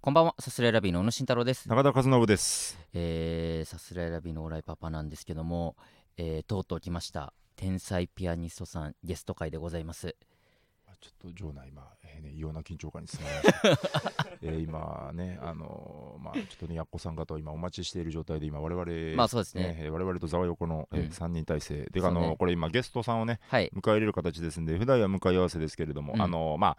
こんばんは、さすらいラビーの小野慎太郎です。高田和信です。えー、さすらいラビーのオーライパパなんですけども、えー、とうとう来ました。天才ピアニストさんゲスト会でございます。ちょっと場内今、えーね、異様な緊張感に包まれました えー今ね、あのーまあちょっとねやっこさん方を今お待ちしている状態で今我々、まあそうですね。ねえー我々とざわよこの、えうんー、3人体制で、あそうのねーこれ今ゲストさんをねはい。迎え入れる形ですんで普段は向かい合わせですけれども、うんあのーまあ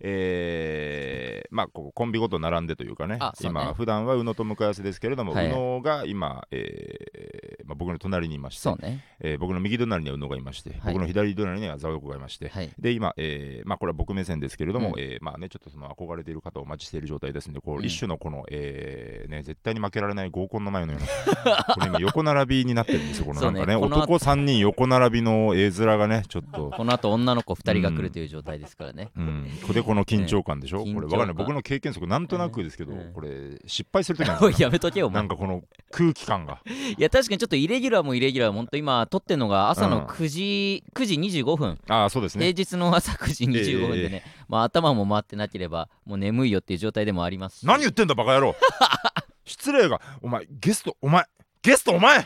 えーまあここコンビごと並んでというかねあそうね今普段は宇野と向かい合わせですけれども、はい宇野が今、えーまあ、僕の隣にいましてそう、ね。えー僕の右隣には宇野がいまして、僕の左隣にはザワヨコがいまして、はい。で今、えーまあ、これは僕目線ですけれどうも、んえーまあね、ちょっとその憧れている方をお待ちしている状態ですので、こううん一種のこの、えーね、絶対に負けられない合コンの前のような、これ今、横並びになってる んですよ、このなんかね、そうねこの後男3人横並びの絵面がね、ちょっと。この後女の子2人が来る という状態ですからね。うん、でこの緊張感でしょ、ねこれ緊張感わかんない僕の経験則なんとなくですけど、うんこれ失敗するときなん おいですよやめとけよ、おな前ん。かこの空気感がいや、確かにちょっとイレギュラーもイレギュラー、ほんと今、撮ってんのが朝うのん9時、9時25分。ああそうです平ね日の朝9時25分でね、まあ頭も回ってなければ、もう眠いよっていう状態でもありますし。何言ってんだバカ 野郎失礼がお前ゲストお前ゲストお前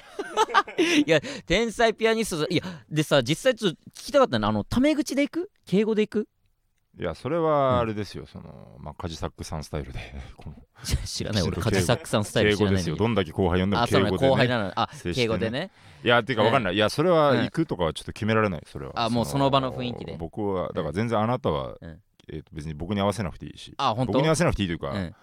いや、天才ピアニストさん、いや、でさ、実際ちょっと聞きたかったのは、あの、タメ口でいく敬語でいく いや、それはあれですよ、その、まあ、カジサックさんスタイルで、 この知知らない、俺、ちょっカと敬語ジサックさんスタイ敬ル知語らでないんすだよ。けど。どんだけ後輩呼んでもあ、そう敬なの、語で、ね。後輩なの。あ接して、ね敬語でね。いや、ていうか分かんない。いや、それはうん行くとかはちょっと決められない、それは。あもうその場の雰囲気で僕は、だから全然あなたは、うんえーと別に僕に合わせなくていいし、あ、本当僕に合わせなくていいというか、うん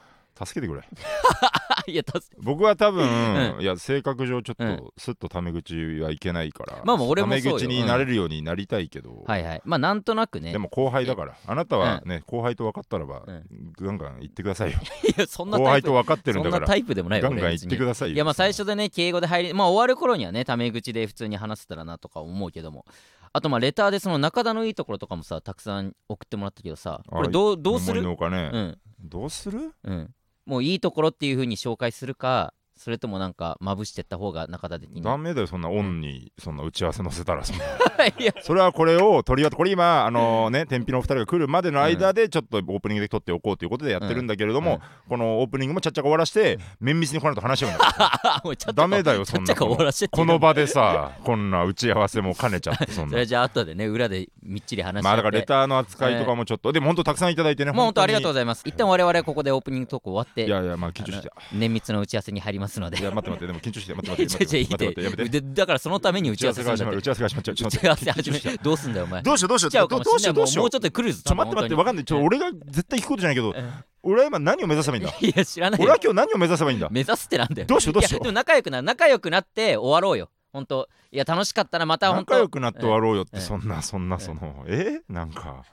助けてくれ。あいや、たす僕は多分、ういや、性格上ちょっうんと、すっとタメ口はいけないから、まあまあ俺もそうよタメ口になれるようになりたいけど、はいはい。まあ、なんとなくね。でも後輩だから、あなたはね、後輩と分かったらば、うんガンガン言ってくださいよ。 いや、そんな後タイ輩プと。分かってるそんだんかならタ。イプでもないよガンガン俺言別っにてくださいよ。いやまあ最初でね敬語で入りまあ終わる頃にはねタメ口で普通に話せたらなとか思うけどもあとまあレターでその中田のいいところとかもさたくさん送ってもらったけどさこれどうどうするのかね、うんどうするうん、もういいところっていう風に紹介するかそれともなんかまぶしてった方が中田的にダメだよそんなオンにそんな打ち合わせ載せたらそん ない やそれはこれを取り合ってこれ今あのね天日のお二人が来るまでの間でちょっとオープニングで撮っておこうということでやってるんだけれども、うんこのオープニングもちゃっちゃか終わらして綿密にこの 後話し合うんだよもうちょっとダメだよちそょんっちなゃか終こわのらせてこの場でさこんな打ち合わせも兼ねちゃって そんそなれじゃあ後でね裏でみっちり話しまあだからてレターの扱いとかもちょっと、でも本当たくさんいただいてねもう本当ありがとううございます一旦我々ここでオープニングトーク終わっていやいやまあ緊張してあの綿密な打ち合わせに入りますのでいや待って待ってでも緊張して待ってい待 っやいやいて待って待って待ってやめてやでだからそのために打打ちち合合わせわせすがるんだっ始まるて打ち合わせが始まっちゃうちょ打っとち合わ待せって始めどうすんだよお前どうしようどうしよう来ちゃうかもどうししよれなうどいうしよもううちょっと来るぞちょ待って待って分かんないちょっと俺が絶対聞くことじゃないけどん俺は今何を目指せばいいんだていや知らないよ俺は今日何を目指せばいいんだ目指すってなんだよどうしようどうしよいやうでも仲良くな仲良くなって終わろうよ本当いや楽しかったなまた本当仲良くなって終わろうよっええてそんなそんなそのえなんか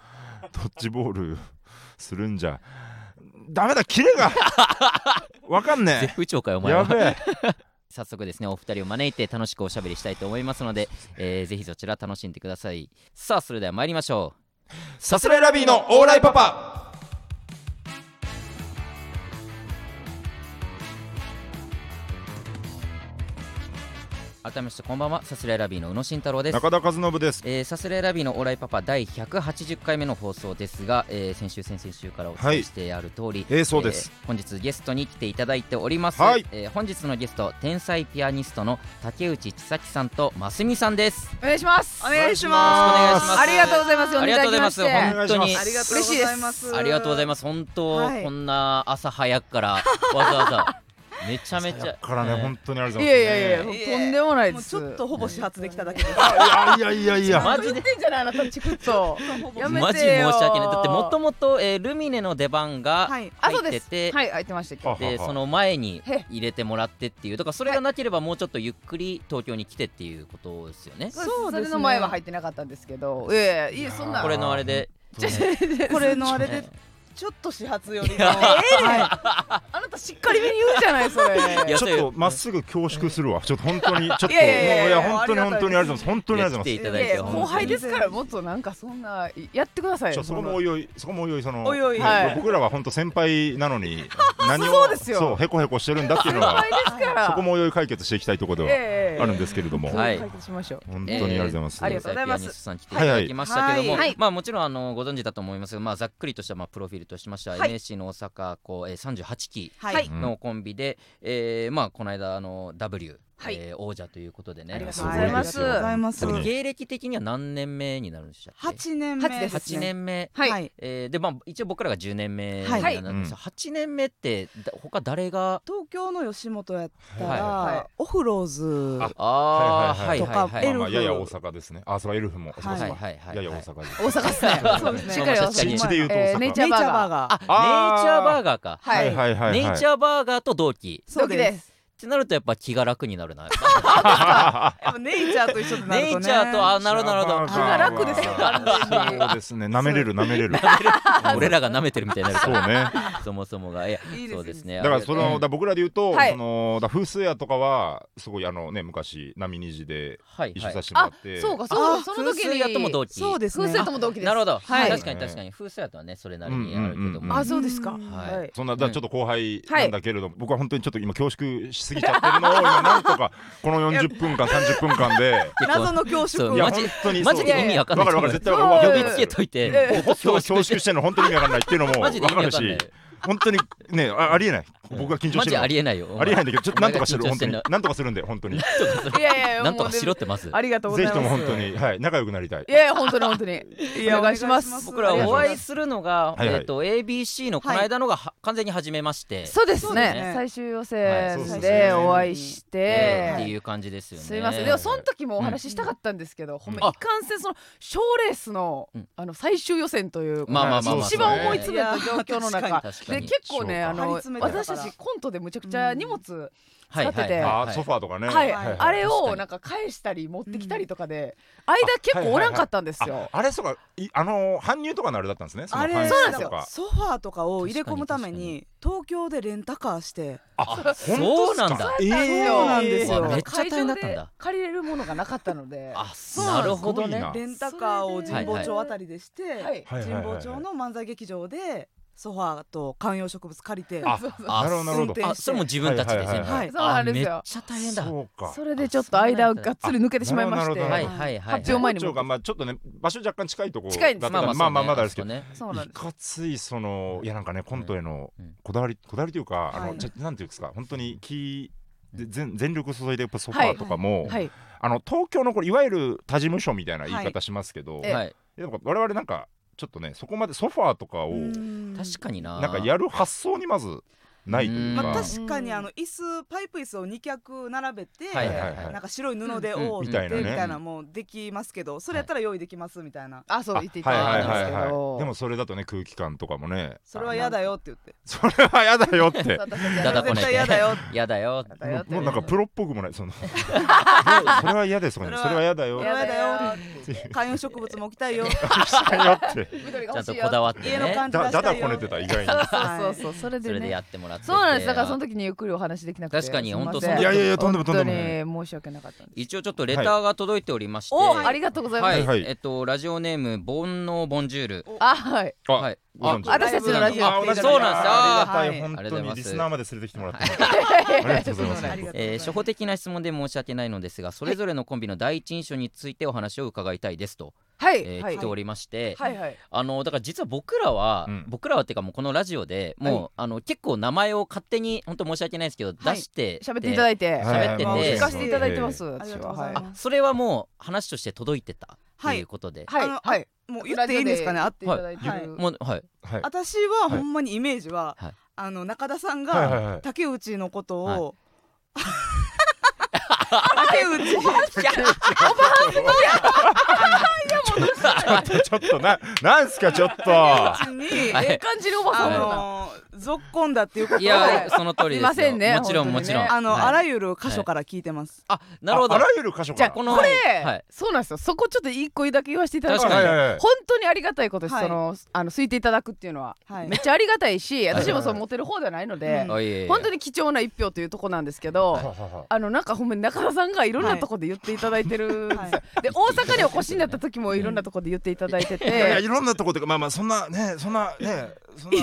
ドッジボールするんじゃダメだキレがわかん絶ね不調かよおえ前やはべえ早速ですねお二人を招いて楽しくおしゃべりしたいと思いますので、えーぜひそちら楽しんでくださいさあそれでは参りましょさすらいラビーのオーライパパう改めましてこんばんはさすらいラビーの宇野慎太郎です中田和信ですえーさすらいラビーのオーライパパ第180回目の放送ですが、えー先週先々週からお伝えしてある通り、えーそうですえー本日ゲストに来ていただいております、はいえー本日のゲスト天才ピアニストの竹内千咲さんとますみさんですお願いします。お願いしますありがとうございます。ありがとうございます呼んでおた本願だきましてい当しまにすありがとうございます。ありがとうございまます本当、はいこんな朝早く からわざわざめちゃめちだゃからね本当にありがとういござやいいますやいいえいや、えとんでもないもでうす。ちょっとほぼ始発できただけです。いやいやいやいやマジで言ってんじゃないあなたチクッと。やめてよ。マジ申し訳ないだってもともとえールミネの出番がはいあ、そう入でっす。てはてい、空いてましたけど。あはではその前にへ入れてもらってっていうだからそれがなければもうちょっとゆっくり東京に来てっていうことですよね、そうですねれの前は入ってなかったんですけど。ええ、いいえ、やそんな。これのあれで本当にこれのあれねでちょっと始発よりもいやはいあなたしっかりめに言うじゃ ない、それ。いやちょっとまっすぐ恐縮するわ。ちょっと本当に、ちょっと、もう、いいやいやいや、や本当にあり本当がたいですにありがとうございます。本当にありがとうございいただいていやいや後輩ですから、本もっとなんかそんな、やってくださまいす。ちょよ。そこもおいおい、そこもおいおい、その、おいおいねはい僕らは本当先輩なのに、何を、そうですよそう、へこへこしてるんだっていうの後 は輩、ですかそらこ。もおいおい解決していきたいところでは。えええあるんですけれども、はい解決しましょう。本当にありがとうございます。ありがとうございますピアニストさん来ていただきましたけども、はいはいまあもちろんあのご存知だと思いますが、まあざっくりとしたまあプロフィールとしましては、はい NSC の大阪こうえー38期はういんのコンビで、えーまあこの間あの W、はいえー王者ということでね。ありがとうございますごいですよありがとうございます本当に芸歴的には何年目になるんでしたっけ？八年目八です8年目。はい、はいえーでまあ一応僕らが10年目はいなんですが、8年目ってだ他誰が東京の吉本やったはいはいらオフローズあーははいあはいまあはいはいはいいとまあエルフやや大阪ですね。あ、そうエルフも。そうかはい。そうかはいはいやや大阪です。大阪ですねそうですねしっかりまあ大阪確かに地で言うとえ大ー阪。ネイチネャイーバチャーーバガーー。ガあーネイチャーバーガーか。ははいいはいはいはい。ネイチャーバーガーと同期。そう同期でですす。ってなるとやっぱ気が楽になるな。やっぱネイチャーと一緒になるネとイねチャーとあなるほどなるほど。バーガーは気が楽ですよそうですね。舐めれる舐 めれる。俺らが舐めてるみたいになるそうか ね。ら。そもそもがいやいいですねそうですね。だからそあのれだ僕らで言うと、はいそのだ風水屋とかはすごいあのね昔波虹ではい一は緒いさ。せてもらあって、、そうか、そうあその風時水に。屋とも同期。そうですね風水とも同期です。なるほど。はい確かにはい確かに風水屋とはねそれなりにあるけどうんうんうんも。あそうですかんはいそんなだからちょっと後輩はいなんだけれども、僕は本当にちょっと今恐縮しすぎちゃってるのを今なん とかこの40分間30分間で結構謎の恐縮そういやマ本ジ当にマジで意味わかんないわかるわかる絶対俺いわ呼かびるつけといてええずっと恐恐縮縮してしるの本当に意味わかんないっていうのも マジでわ意味かわかるんなしい。本当にねあありえない僕 が緊張マジしてるのありえないよ。ありえないんだけどちょっとなんとかしてるお前本当に緊張なんとかするんで本当 にぜいやいやいや、なんとかもうしろってます。ありがとうございひますとも本当にはい仲良くなりたいいやいや、本当に本当に。いやお願いしますお願いします僕らありがとおうござい会まいするのが、はいはいえっ、と ABC のこの間のがは、完全に初めまして。そうですそうですねね。最終予はいそう選ですねでお会いしえーっていて。う感じですよね。すいません。でも、その時もお話ししたかったんですけど、ほんまいかんせんその賞レースのうんあの最終予選というまあまあまあまあ一番思い詰めた状況のいや中。確かでに。結構ねあ張りの詰めてた私からたちコントでむちゃくちゃ荷物は使っててあーソファーとかねはい、はいあれ確かをになんか返したり持ってきたりとかで、間結構おらんかったんですよ。あれそうかいあのー搬入とかのあれだったんですね。そのあれ搬入そうなんですよとかソファーとかを入れ込むために東京でレンタカーしてあそうなんだ本当そうですかえーなんですよわめっちゃ会大変だ場ったんでだ借りれるものがなかったので、あ、そうなるほどすごいねな。レンタカーを神保町あたりでして、ははい、いはい神はい保はい町の漫才劇場でソファーと観葉植物借りてあそうそうあなるほどなるほど運転あ、それも自分たちで全部。はいはいはいはいあそうなんですよめっちゃ大変だ。はそうか。それでちょっと間をがっつり抜けてしまいましあなるほて、どなるいほはいはい。発表前に町がも。まあちょっとね場所若干近いとこ近いんでだすっまたあまんであまあまあまだですけそうど。ね。そうなんいです。かついそのいやなんかねコントへのうんうんこだわりこだわりというかあはのいちょなんていうんですか本当に気で全全力を注いでやっぱソファーとかもはい、あの東京のこれいわゆる他事務所みたいな言いは方しますけどええはい。いやなんか我々なんかちょっとねそこまでソファーとかを確かにな。なんかやる発想にまずないというか。うんまかあ、確かにあの椅子パイプ椅子を2脚並べて、はいはいははいいなん。か白い布で覆うんってみみたたいいなな,、ねもうできますけどそれやったら用意できますみたいな、あ、そうあ言っていただいたんですけはいはいはいどは、いでもそれだとね空気感とかもねそれは嫌だよって言ってそれはやだよっそうて私たちだだこね絶て対嫌だ よやだよ。だよってもうなんかプロ。ロっぽくもないそのそれは嫌ですとかねそれは嫌だよそっれては嫌だやだよよ 観葉植物も置きたいよしたよって緑がちゃんと欲しいこだよ。わって家のね。感じ出だしただいよだこねてた意外にそうそうそう、それそでれでね。やってもらってて。そうなんです。だからその時にゆっくりお話できなくて、確かにすいませ本当その時いやいやいやとんでもとんでもない本当に申し訳なかったんです。一応ちょっとレターが届いておりまして。お、ありがとうございます。はい、はいえっとラジオネーム煩悩ボンジュール。あ、はい。あはいご存知あ私たちのラジオあ同じそうなんですああありがたいはい本ありがとうご当ざいまにすリスナーまで連れてきてもらってありがとうございますありがとうございますえー初歩的な質問で申し訳ないのですがそれぞれのコンビの第一印象についてお話を伺いたいですと、はい、えーはい来ておりまして、はいはい。あのだから実は僕らは、うん僕らはっていうかもうこのラジオでもう、はあの結構名前を勝手に本当申し訳ないですけど、はい出して喋っていただいいて、は喋ってて聞かせていただいてます。あ私りがとうはござはいい。あますそれはもう話として届いてたとはいいうことで、はいあのはい。もう言っていいんですかねあラジオで会っていただいてる。もう はいはい私はほんまにイメージは、はいあの中田さんはいはいはがい竹内のことを、は竹内ちょっとちょっとななんすかちょっと竹内に、はいええ感じるおばさんも。あのぞっこんだっていうことをいやその通りですよすいませんねもちろんも本当ちにねろんあの、はいあらゆる箇所から聞いてます。あなるほどああらゆる箇所じかゃあらここののはいれそうなんですよ。そこちょっと一個だけ言わせていただき確たかいに。はい本当にありがたいことです。はいそのあの推いていただくっていうのははいめっちゃありがたいし、はい私もそうモテる方ではないのでうん、あいえいえいえ本当に貴重な一票というとこなんですけど。あのなんかほんまに中田さんがいろんなとこで言っていただいてるんですよ、はで大阪にお越しになった時もいろんなところで言っていただいていやていろんなとこでまあまあそんなねそんなねそんな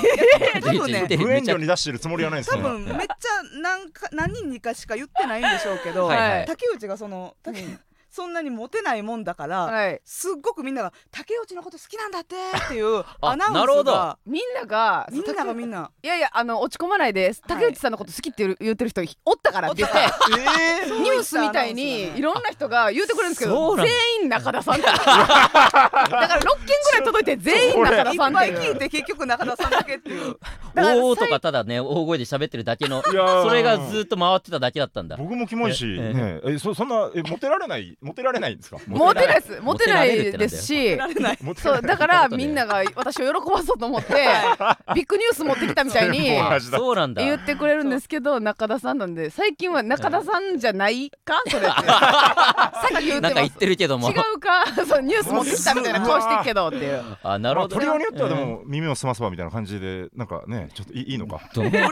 え多分ね言ってる無遠慮に出してるつもりはないです多ね。分めっちゃ何か何人にかしか言ってないんでしょうけど、はいはい竹内がその竹そんなにモテないもんだから、はいすっごくみんなが竹内のこと好きなんだってっていうあアナウンなるほスどがみんながみんながみんなないやいやあの落ち込まないですはい竹内さんのこと好きって言う言ってる人おったからって言ってえニュースみたいにいろんな人が言ってくれるんですけそどうなんだ全員中田さんってだから6件ぐらい届いて全員中田いっさんっぱていいう聞いて結局中田さんだけっ ていうからおおとかただね大声で喋ってるだけのいやーそれがずっと回ってただけだったんだ僕もキモいし、ええねえそそんなえモテられないモテられないんですか。モテないですモモテテらなれるっていですしられないモテられそうない。だからみんなが私を喜ばそうと思ってビッグニュース持ってきたみたいに全部あ同じだそうなんだ言ってくれるんですけど中田さんなんで最近は中田さんじゃないかそれってさっき言っなんかてま言っすてるけども違うかそうニュース持ってきたみたいな顔してるけどっていうあなるまあほどトリオによってはでも耳を澄ませばみたいな感じでなんかねちょっといいいのか。どう全然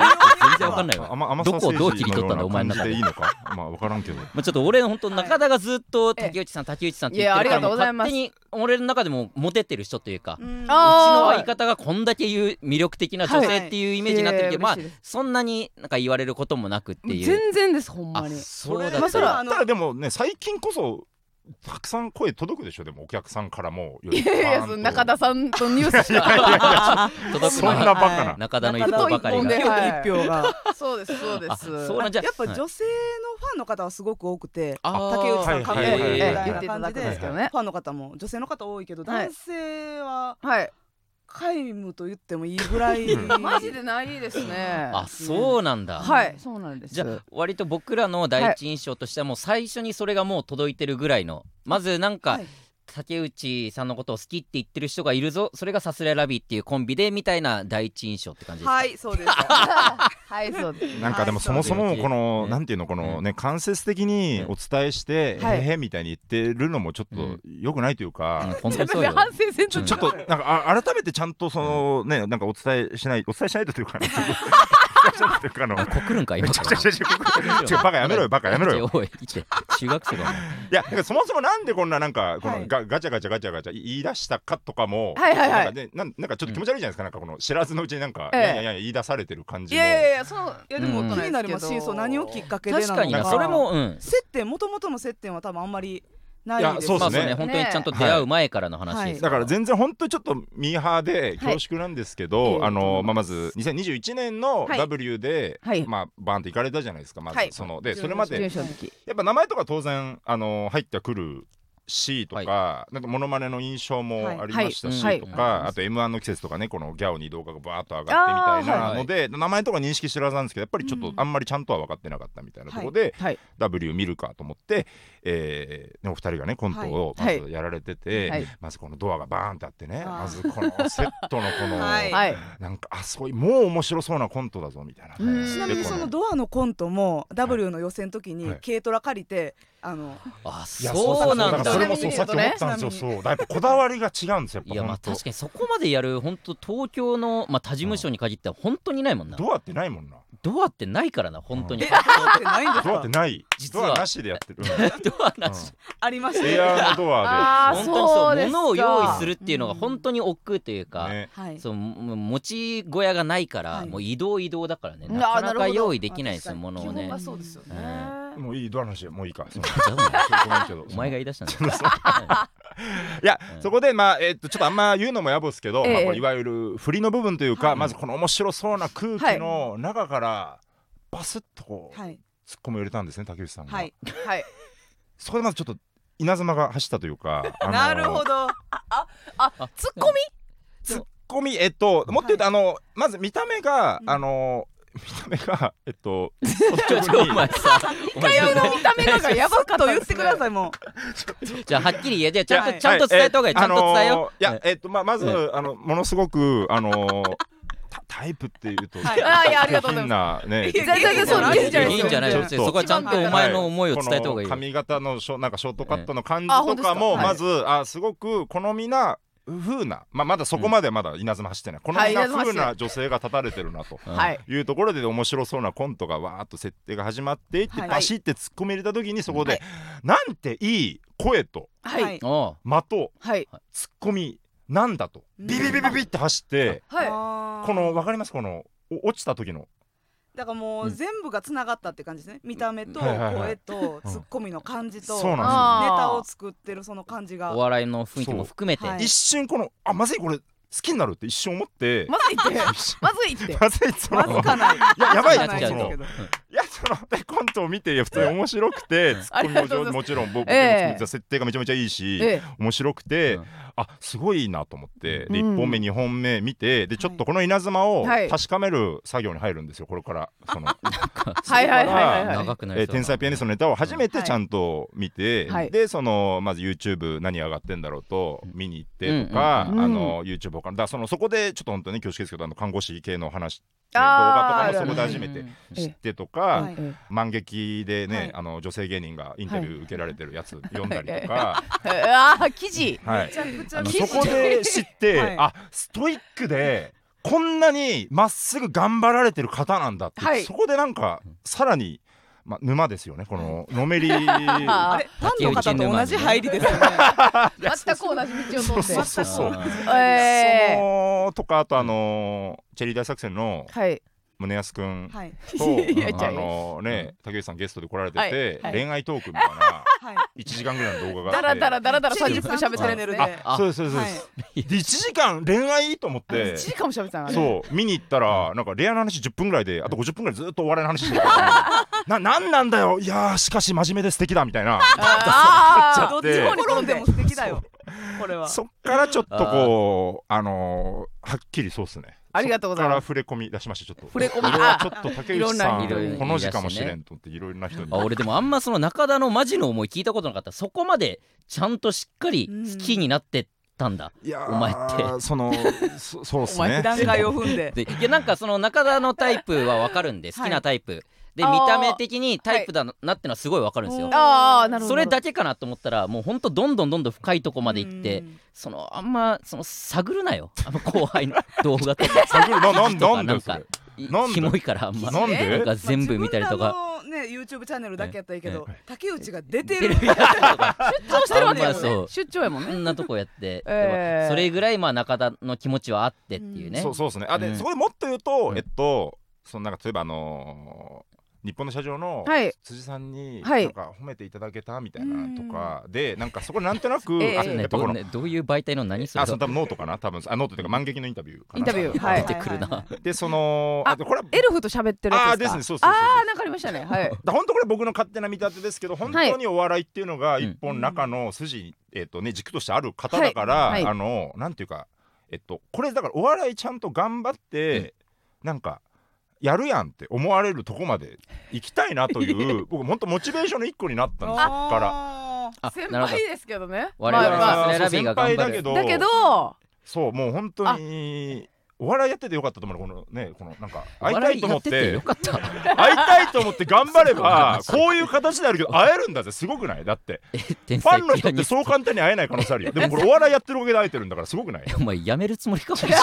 わかんないわあま甘どさこをどう政治切り取ったんだのよおうな前の感中じででいいのか。まあわからんけど。まあ、ちょっと俺本当中田がずっと竹内さん竹内さんって言ってるからいやありがとうございますもう勝手に俺の中でもモテてる人というかうちのうんあ相方がこんだけ言う魅力的な女性っていうイメージになってるけど、はいまいあや嬉しいそんなになんか言われることもなくっていう全然ですほんまにあそうだったまあそれはあのただでもね最近こそたくさん声届くでしょでもお客さんからもよりいやいやバーンそとの中田さんとニュースしか届くそんのなはバカなはい中田の一方ばかりが中田一本で一票がそうですそうであすそうなんじゃやっぱ女性のファンの方はすごく多くてあー竹内さんかっこいいはみいはいたいな言っていただ感くんじですでけどフねァンの方も女性の方多いけどはい男性ははい皆無と言ってもいいぐらいマジでないですねあそうなんだ、はいそうなんですじゃあ割と僕らの第一印象としてはもう最初にそれがもう届いてるぐらいのまずなんかはい竹内さんのことを好きって言ってる人がいるぞそれがさすらいラビーっていうコンビでみたいな第一印象って感じですか、はいそうですはいそうですなんかでもそもそもこのなんていうのこのね間接的にお伝えしてはいへへみたいに言ってるのもちょっと良くないといううんか。本当に そうよ全然反省せんちょとちょっとなんかあ改めてちゃんとそのねなんかお伝えしないお伝えしないとというかねお伝えしないとというかあのあ告るんかめ今ちゃかくちゃらちゃ ちゃ違うバカやめろよバカやめろよ おい来て中学生だないやだからそもそもなんでこんななんかこはのいガ,、ガチャガチャガチャガチャ言い出したかとかも、はいはいはいなんかねなんなんかちょっと気持ち悪いじゃないですか、なんかこの知らずのうちになんか、ええいやいやいや言い出されてる感じいのやいやいやそのいやでもうん気になりますけしどそう何をきっかけでな確のかになかそれもうん接点もともとの接点は多分あんまりないいやですそうまであすそうねね本当にちゃんと出会う前からの話ですだかからら全然本当にちょっとミーハーではい恐縮なんですけど、ええあのまあ、まず2021年のはい W で、はいまあ、バーンと行かれたじゃないですかまず、はいそのでそれまで準優勝の時やっぱ名前とか当然あの入ってはくるしとか、なんかモノマネの印象もありましたし、はいはいとか、はいあと M1 の季節とかねこのギャオに動画がバーッと上がってみたいあーはないので、名前とか認識してるはずなんですけどやっぱりちょっとうんあんまりちゃんとは分かってなかったみたいなところで、はい W 見るかと思って、えーねお二人がねコントをまはいずやられてて、はいまずこのドアがバーンってあってね、あーまずこのセットのこの、 はいはいなんかあすごいもう面白そうなコントだぞみたいな。うんちでなみにこそのドアのコントも W の予選の時はにい軽トラ借りてあのあいやそうなんだからそれだもそうさっき思ったんですよ。そう、だからやっぱこだわりが違うんですよ。いやまあ確かかにそこまでやる本当東京のまあ他事務所に限っては本当にないもんなドアってないもんな。ドアってないからな本当にえあってないんですドアってかない。実はドアなしでやってる。 ドアなしありましうんたエアーのねドアあ本ー当にそそううですか物を用意するっていうのが本当に億劫というか、で。ね。はいそうもう持ち小屋がないから、はいもう移動移動だからねうんなかあーななるかほど用意できないですよあもの基をね本はそうですよねもういいドアなしでもういいか。そ うじゃあごめんけどお前が言い出したんだよいや、うんそこでまあえっとちょっとあんま言うのもやぼですけど、ええまあ、これいわゆる振りの部分というか、はいまずこの面白そうな空気の中からバスッとこう、はい突っ込みを入れたんですね竹内さんが、はいはいそこでまずちょっと稲妻が走ったという か、あのーなるほどツッコミツッコミえっともっと言うと、あのまず見た目が、うんあの見た目が えっと ちょちょお前さお前の見た目がやばかったと言ってくださいいもじゃあはっきり言えてちゃんと、はいちゃんと伝えた方がいい、ちゃんと伝えよう、う。いやえっとまあまず、えあのものすごくあのーたタイプっていうと、はいあいやありがとうございます。ね全然そういいんじゃないいいんじゃないちょよっとそこはちゃんとお前の思いを伝えた方がいいよ、はこの髪型のショなんかショートカットの感じあ本と当でかすかもはいまず、あすごく好みな風な、まあ、まだそこまではまだ稲妻走ってない、このはいような稲妻走風ってないな女性が立たれてるなとうんはいいうところで面白そうなコントがわーっと設定が始まっていってはいバシって突っ込み入れた時にそこで、はいなんていい声とはいはいおう的突はいっ込みなんだとうんビビビビビって走ってはあーこの分かりますこのお落ちた時のだからもう全部がつながったって感じですね見た目とはいはいはい声とツッコミの感じとそうネなあータを作ってるその感じがお笑いの雰囲気も含めてそうではすいよ一瞬このあまずいこれ好きになるって一瞬思って、まずい ってまずいってまずいそわのずかないややばいわずかなちょっとんですけどいやそのでコントを見ていや普通に面白くてツッコミもありがとうご上手もちざいろん僕、ええ設定がめちゃめちゃいいし、ええ面白くて、うんあすごいなと思って、うんで1本目2本目見てでちょっとこの稲妻をはい確かめる作業に入るんですよこれからそ の、はいはいはいはいは長くなえりーそうだな天才ピアニストのネタを初めてちゃんと見て、はいでそのまず YouTube 何上がってんだろうと見に行ってとか、うんうんうんあの YouTube 他のだからそのそこでちょっと本当に恐縮ですけどあの看護師系の話動あ画とーかもそこで初めて知ってとか。はいいうん満劇でね、はいあの女性芸人がインタビュー受けられてるやつ読んだりとか、 あー記事はいめちゃくちあゃのそこで知 って、はいあストイックでこんなにまっすぐ頑張られてる方なんだって、はいそこでなんかさらに、ま、沼ですよねこのの めりああれファンの方と同じ入りですよね全く同じ道を通そうってそうそう。えそのとかあとあのチェリー大作戦のーはい宗安くんはいと、 いや違うあのね竹内さんゲストで来られてはいて、はい恋愛トークみたいなはい1時間ぐらいの動画があ だってらだらだらだらチリ30さ分ん喋ってるんチャンネですねルであそうですそうです、はいで1時間恋愛と思っ1て時間も喋ってたのうそう見に行ったらなんかレアな話10分ぐらいであと50分ぐらいずっとお笑いの話してる ななんなんだよいやーしかし真面目で素敵だみたいなあどそっうちに転んでも素敵だよこれはそっからちょっとこうあのー、はっきりそうっすねありがとうござそいっまからす触れ込み出しましたちょっと触れ込み俺はちょっと竹内さんいろんな人この字かもしれんと思っていろいろな人にあ俺でもあんまその中田のマジの思い聞いたことなかったそこまでちゃんとしっかり好きになってったんだ、いやーお前ってそのそ そうっすお前ね段階を踏んででいやなんかその中田のタイプは分かるんで好きなタイプ、であー見た目的にタイプだななってのはすごい分かるんですよ、うんああなるほどそれだけかなと思ったらもうほんとどんどんどんどん深いとこまで行って、うんそのあんまその探るなよあの後輩の動画とか探るななんとなかんなでんそ かれいなんでキモいからあんまなんえなんでか全部見たりとか。まあ自分らのね YouTube チャンネルだけやったらいいけどえ竹内が出てテレるビやったりとか出張してるわけやもんあんまそねう出張やもんこねんなとこやって、えーでもそれぐらいまあ中田の気持ちはあってっていうね、そうそうですね。あで、うんそこでもっと言うと、うんえっとそのなんか例えばあのー日本の社長のはい辻さんにはいなんか褒めていただけたみたいなとかで、なんかそこでなんとなく、 ええああとやねっどぱこうの、ねどういう媒体の何それあその多分ノートかな多分あノートというか満劇のインタビューかなインタビ多ュー分はい出てくるなでそのああでこれはエルフと喋ってるやつですかあーですねそうそうそうそうああなんかありました ねはいだ本当これ僕の勝手な見立てですけど本当にお笑いっていうのがい一本中の筋、えっとね、軸としてある方だから、はいはいあのなんていうか、えっと、これだからお笑いちゃんと頑張って、なんかやるやんって思われるとこまで行きたいなという 僕本当モチベーションの一個になったんですよそっから。ああ先なるほ輩どですけどね我々はまあまあそれそうラビーが頑張る先輩だけどだけどそうもう本当にお笑いやっててよかったと思うこのねこのなんか会いたいと思お笑いやっってててよかった会いたいと思って頑張れば そうこういう形であるけど会えるんだぜすごくないだって天 ファ才ンのピ人アってニスそう簡単に会えない可能性あるよ。でもこれお笑いやってるおかげで会えてるんだからすごくないトお前やめるつもりかもしれない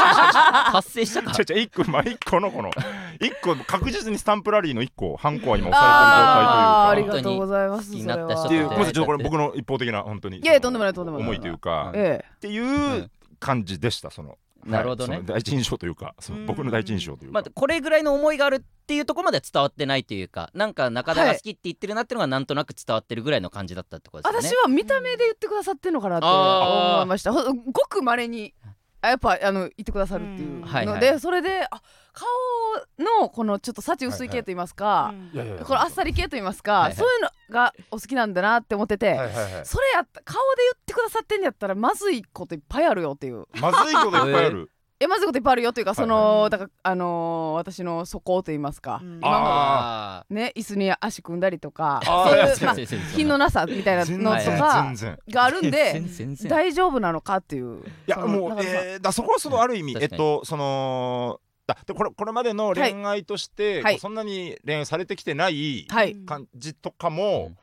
達成したかちゃちゃ一個まあ一個のこの一個確実にスタンプラリーの一個ハンコは今あーあ押されてる状態というか。りがとうございま本す当に好きになった人っとていねうそごめんれはなさいちょっとこれ僕の一方的な本当にいやいやとんでもないとんでもない思いというか、っえていんう感じでしたその、なるほどねはいその第一印象というかそううん僕の第一印象というか、まあ、これぐらいの思いがあるっていうところまでは伝わってないというかなんか中田が好きって言ってるなってのがなんとなく伝わってるぐらいの感じだったってことえですよね私は見た目で言ってくださってるのかなって思いましたほごくまれにあやっぱあの言ってくださるっていううんはいのはでいそれであ顔のこのちょっと幸薄い系と言いますかいやいやいやこのあっさり系と言いますはいかはいそういうのがお好きなんだなって思ってて、はいはいはいそれやった顔で言ってくださってんやったらまずいこといっぱいあるよっていうまずいこといっぱいある、えまずいこといっぱいあるよというはかいはそいの、だからあのー私の素行と言いますか、うんああね椅子に足組んだりとかあそういう、先まあ生、先生品のなさみたいな全のとはい然か全然があるんで全然全然大丈夫なのかっていういやそのもう中、田さんえーだそこはそのある意味、うんえっ確かにとそのだでこれこれまでの恋愛として、はいこうそんなに恋愛されてきてないはい感じとかも、うん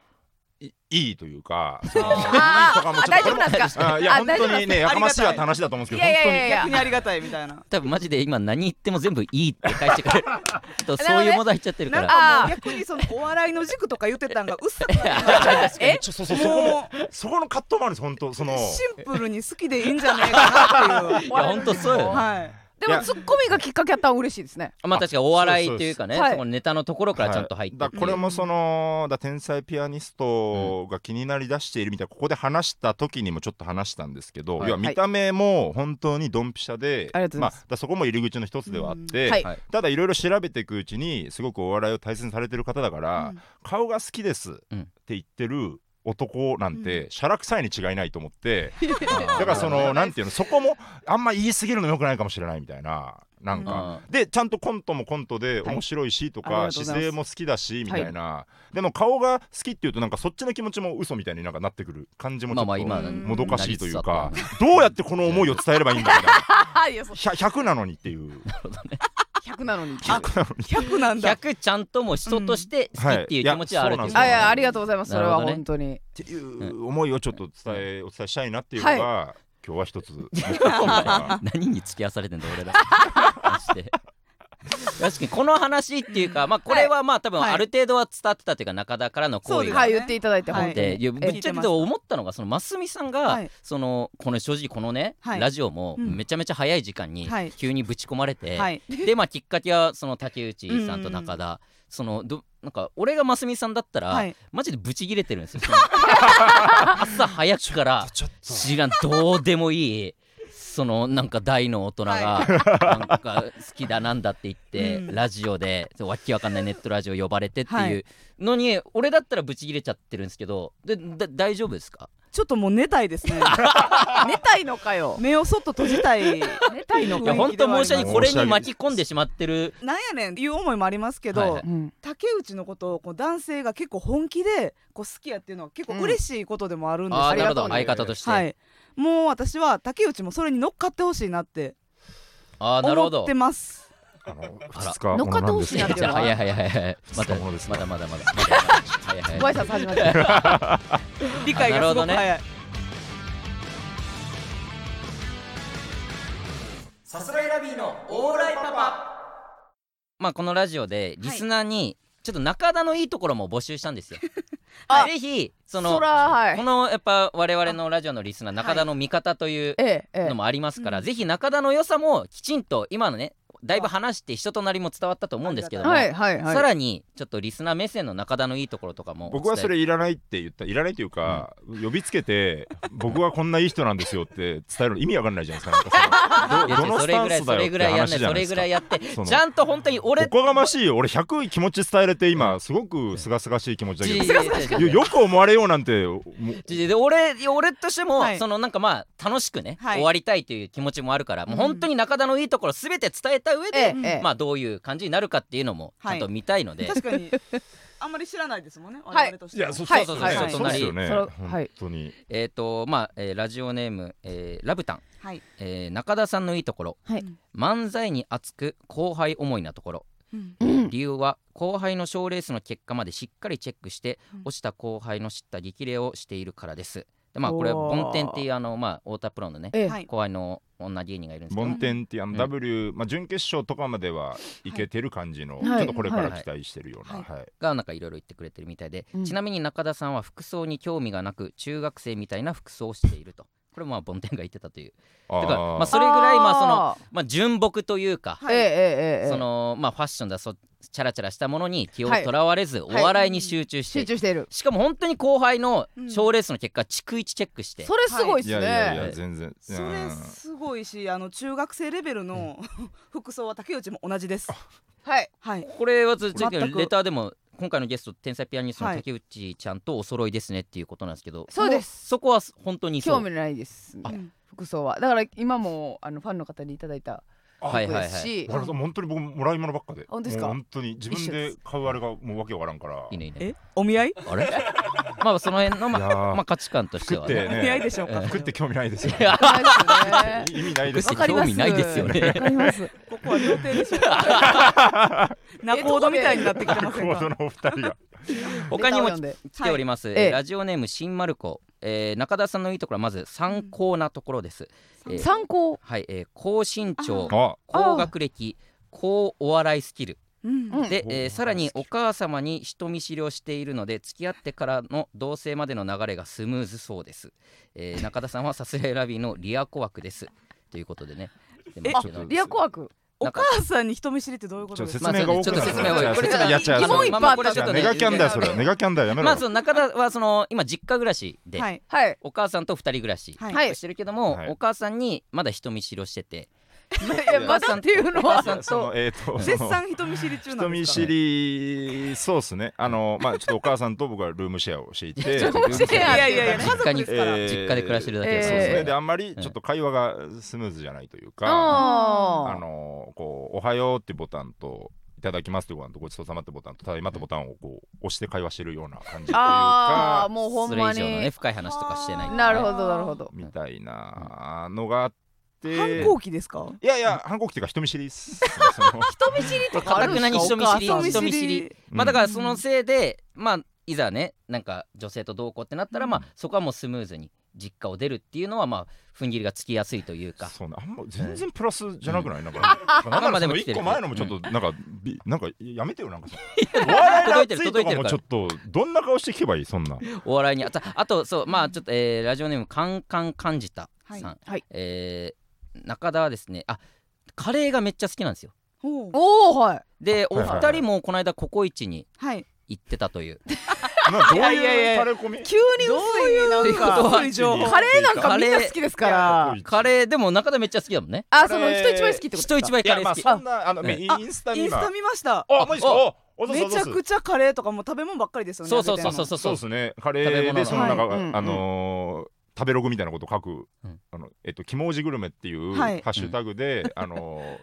いいいというかそのあーとかもあちょっ大とこ丈夫れなもんですかあいやあ本当にねやかましいありがたい話だと思うんですいけどやい本当にやいや逆いにやありがたいみたいな多分マジで今何言っても全部いいって返してくれるちょっとそういう問題入っちゃってるかなんらかあもうー逆にそのお笑いの軸とか言ってたんがうっさく なっえちょそうそうそこももうそこ の葛藤もあるんです本当そのシンプルに好きでいいんじゃねえかな っていういや本当そうよねはいでいもやツッコミがきっかけやったら嬉しいですねまあ確かにお笑いというかねそうですそこのネタのところからちゃんと入ってだからこれもそのだ天才ピアニストが気になりだしているみたいなここで話した時にもちょっと話したんですけど、はい要は見た目も本当にドンピシャで、ありがとうございまあ、だからそこも入り口の一つではあって、うんはいはいただいろいろ調べていくうちにすごくお笑いを大切にされてる方だから、うん顔が好きですって言ってる男なんて、しゃらくさいに違いないと思って、だからそのなんていうのそこもあんま言い過ぎるのよくないかもしれないみたいななんあか。でちゃんとコントもコントで面白いしとか、はいありがとうございます姿勢も好きだしみたいな、でも顔が好きっていうとなんかそっちの気持ちも嘘みたいになんかなってくる感じもちまょあっまあと今もどかしいというかなりつつあっどうやってこの思いを伝えればいいんだみたいなあいやそうひゃ100なのにっていう100なのに100なのに100なんただ100ちゃんとも人として好きっていう気持ちはあるっていうはいあいやありりがとうございますそれなるはほどね本当にっていう思いをちょっと伝えお伝えしたいなっていうのが、今日は一つ目標というか何に付き合わされてんだ 俺らマジで確かにこの話っていうかまあこれはまあ多分はいある程度は伝わってたというか中田からの行為そうですがはい言っていただいてはい本当でにいやぶえっちゃけで思ったのがそのますみさんが、はいそのこの正直このね、はいラジオもうんめちゃめちゃ早い時間にはい急にぶち込まれて、はいでまあきっかけはその竹内さんと中田、そのどなんか俺がますみさんだったら、はいマジでブチギレてるんですよ。 その朝早くからちょっと知らんどうでもいいそのなんか大の大人が、なんか好きだなんだって言って、うんラジオでわっけわかんないネットラジオ呼ばれてってはいいうのに、俺だったらブチ切れちゃってるんですけどでだ大丈夫ですかちょっともう寝た いですね寝たいのかよ目をそっと閉じたい寝たいいのいかややよ本当申し訳ないこれ申しに訳ない巻き込んでしまってるなんやねんいう思いもありますけど、はいはいうん竹内のことをこう男性が結構本気でこう好きやっていうのは結構嬉しいことでもあるんですああよーなるほどあり相が方として、はい、もう私は竹内もそれに乗っかってほしいなってああなるほ思っどてますあのあら2日ものなんでいすけやど乗っかってほしなっていうの は早い早い早い早いまだそうですまかだまだ まだまだ早い早いご挨拶始まって理解がすごくな早い、さすらいラビーのオーライパパまあこのラジオでリスナーにちょっと中田のいいところも募集したんですよ、 あぜひそそのらはこいのやっぱ我々のラジオのリスナー中田の味方というええええのもありますから、うんぜひ中田の良さもきちんと今のねだいぶ話して人となりも伝わったと思うんですけども、はいはいはいさらにちょっとリスナー目線の中田のいいところとかも僕はそ伝えれいらないって言ったいらないというか、呼びつけて僕はこんないい人なんですよって伝 える意味わかんないじゃないですかなんかそのいやどどのそスれタぐンらいスそだよれっぐてらいやんな話いじゃそないれですぐからいやってそのちゃんと本当に俺おこがましいよ俺100気持ち伝えれて今すごくすがすがしい気持ちだけどよよく思われようなんてもうで俺俺としても、はいそのなんかまあ楽しくね、はい終わりたいという気持ちもあるから、もう本当に中田のいいところすべて伝えた上えで、えええまあどういう感じになるかっていうのもちゃんと見たいので、確かにあんまり知らないですもんねはい我々としては、そうはいそうはいそうですよねそのはい本当にえっ、とまあ、えーラジオネーム、えーラブタン、はいえー中田さんのいいところ、はい漫才に熱く後輩思いなところ、うん理由は後輩の賞ーレースの結果までしっかりチェックして、うん落ちた後輩の知った激励をしているからです。でまあこれはおー梵天っていうあのまあ太田プロのねええはい後輩の女芸人がいるんですけどボンテンティアンうん W、まあ、準決勝とかまではいけてる感じの、はいちょっとこれから期待してるような、はいはいがなんかいろいろ言ってくれてるみたいで、うんちなみに中田さんは服装に興味がなく中学生みたいな服装をしているとこれまあ梵天が言ってたというあだーからまあそれぐらいまあそのあまあ純朴というか、ーええええええそのまあファッションだそチャラチャラしたものに気をはいとらわれず、はいお笑いに集中して、集中しているしかも本当に後輩のうん賞ーレースの結果逐一チェックして、それすごいでいすやいやいねや全然それすごいしあの中学生レベルの 服装は竹内も同じですはいはいこれはずっと全くレターでも今回のゲスト天才ピアニストの竹内ちゃんとお揃いですねっていうことなんですけど、そうですそこは本当にそう興味ないですねあ服装はだから今もあのファンの方にいただいたあはい服はいはでいすしだから本当に僕もらい物ばっかで本当ですかもう本当に自分で買うあれがもうわけわからんからいいねいいねえお見合いあれ まあその辺のまいやーまあ価値観として服っはてね。お見合いねでしょうか服って興味ないですよいやないですよね意味ないです服っわかてり興ます味ないですよわね。かりますここは料亭でしょうか仲人みたいになってきてませんコードかのお二人が 他にもレターを読んで来ております、ええラジオネーム新丸子、えー中田さんのいいところはまず参考なところです、えー参考はい、えー高身長あ高学歴高お笑いスキルうんうんで、おえーおさらにお母様に人見知りをしているので付き合ってからの同棲までの流れがスムーズそうです、 えー中田さんはさすらいラビーのリア子枠ですということでねでもえちょっとリアコワクおなんか母さんに人見知りってどういうことです説かまあ明が多ちくなるょっと説明が多いこれじゃあやっちゃう疑問いっぱいまあったあまあこれちょっとねネガキャンだよそれはネガキャンだよやめろまあその中田はその今実家暮らしで、はいはいお母さんと二人暮らしはいはいしてるけども、はいお母さんにまだ人見知りをしてて、いやまだっていうおのは母さんそとのえっと絶賛人見知り中な人んで見すか知りそうっすねあのまあちょっとお母さんと僕はルームシェアをして いてちょっと面白いいやいやいや家実族家でにすから、えー実家で暮らしてるだけえーそうですえねーであんまりちょっと会話がスムーズじゃないというか、ああーのこう「おはよう」ってボタンと「いただきます」ってボタンと「ごちそうさま」ってボタンと「ただいま」ってボタンをこう押して会話してるような感じというかあーもうほんまそれ以上のねに深い話とかしてない、なるほどなるほどみたいなのがあって。反抗期ですかいやいや、反抗期っていうか人見知りっすね。そのどかたくなに人見知りお母さん人見知りまあだからそのせいでまあいざねなんか女性と同行ってなったら、まあそこはもうスムーズに実家を出るっていうのはまあ踏ん切りがつきやすいというかそうね、あんま全然プラスじゃなくない、なんか。なんまあかまあでそもの来て一る個前のもちょっと、なんか、びなんかやめてよ、なんかさ。お届笑いていてる届る届いいててるるからちょっと、どんな顔して聞けばいい、そんな。お笑いにあたあとそうまあちょっと、えーラジオネームカンカン感じたさん、ははいえー中田はですねあカレーがめっちゃ好きなんですよほうおおはいでおはいはいは二い人もこの間ココイチにはい行ってたというまあ、どういやいやいいやう垂れ込み。急に薄いなんどういうことかはそういう情報カレーなんかみんな好きですからいやカレーでも中田めっちゃ好きだもんねあその人一倍好きってことですか人一倍いカや、レーま好あ、き、そんな、あの、ねインスタイにンス今。タ見ましたあ、マジですか。あおおそうそうめちそうゃそうくちゃカレーとかもう食べ物ばっかりですよねそうそうそうそう上げてそるうそうですね。カレ食べー物ので、その、なんか、はいうんあのー食べログみたいなことを書く、うんあの、えっと、キモジグルメっていうはいハッシュタグで、あのー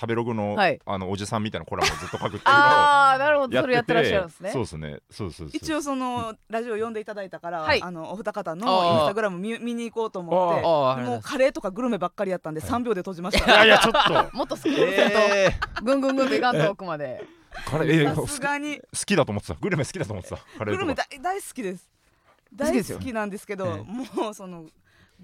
食べログの、はいあのおじさんみたいなコラムをずっと書くっていうのをああなるほどやってて、それやってらっしゃるんですねそうですね。そうそうそう。一応そのラジオ読んでいただいたから、はいあのお二方あーのインスタグラム見見に行こうと思あっーてああありがとうございもまうすカレーとかグルメばっかりやったんで3秒で閉じましいやたいやちょっと。 もっと少なくせんと、えぐんぐんぐんといかんと奥までー、カレー、えー、好さきすがに好きだと思ってた。グルメ好きだと思ってた。カレグーとルメか。大大好きです好きで大すよ好きなんですけどえもうその